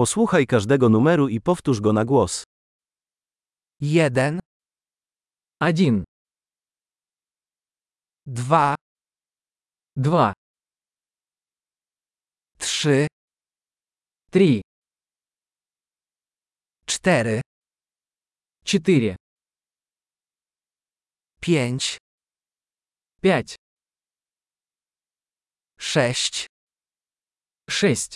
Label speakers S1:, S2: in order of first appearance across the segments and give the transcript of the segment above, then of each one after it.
S1: Posłuchaj każdego numeru i powtórz go na głos.
S2: Jeden,
S3: Один,
S2: dwa,
S3: два,
S2: trzy,
S3: три,
S2: cztery,
S3: четыре,
S2: pięć,
S3: пять,
S2: sześć,
S3: шесть,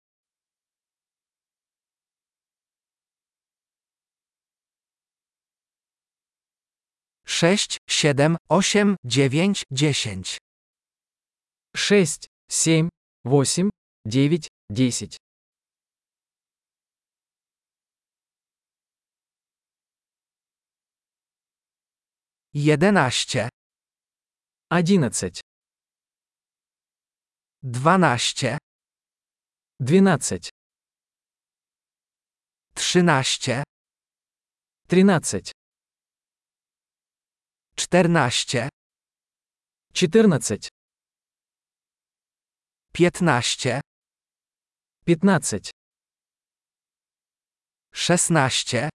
S2: sześć, siedem, osiem, dziewięć, dziesięć,
S3: шесть, семь, восемь, девять, десять,
S2: jedenaście,
S3: одиннадцать,
S2: dwanaście,
S3: двенадцать,
S2: trzynaście,
S3: тринадцать,
S2: czternaście,
S3: четырнадцать,
S2: piętnaście,
S3: пятнадцать,
S2: szesnaście,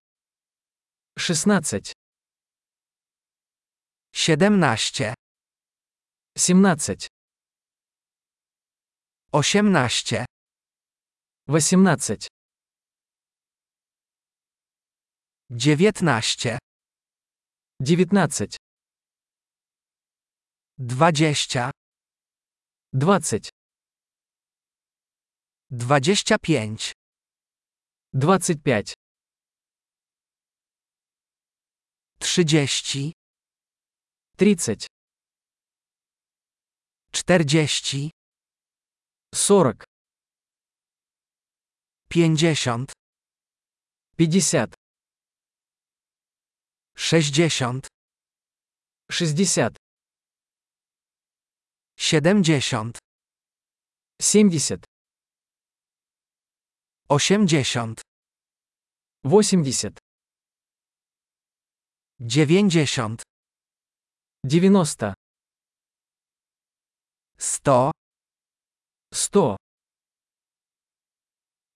S3: шестнадцать,
S2: siedemnaście,
S3: семнадцать,
S2: osiemnaście,
S3: восемнадцать,
S2: dziewiętnaście,
S3: девятнадцать,
S2: dwadzieścia,
S3: двадцать,
S2: dwadzieścia pięć,
S3: двадцать пять,
S2: trzydzieści,
S3: тридцать,
S2: czterdzieści,
S3: сорок,
S2: pięćdziesiąt,
S3: пятьдесят,
S2: sześćdziesiąt,
S3: шестьдесят,
S2: siedemdziesiąt,
S3: семьдесят,
S2: osiemdziesiąt,
S3: восемьдесят,
S2: dziewięćdziesiąt,
S3: девяносто,
S2: sto,
S3: сто,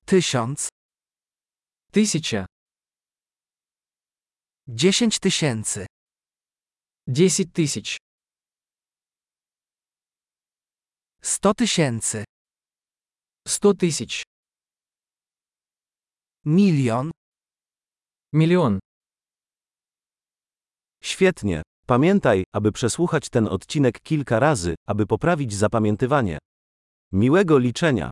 S2: tysiąc,
S3: тысяча,
S2: dziesięć tysięcy,
S3: десять тысяч,
S2: sto tysięcy,
S3: сто тысяч,
S2: milion.
S3: миллион.
S1: Świetnie. Pamiętaj, aby przesłuchać ten odcinek kilka razy, aby poprawić zapamiętywanie. Miłego liczenia.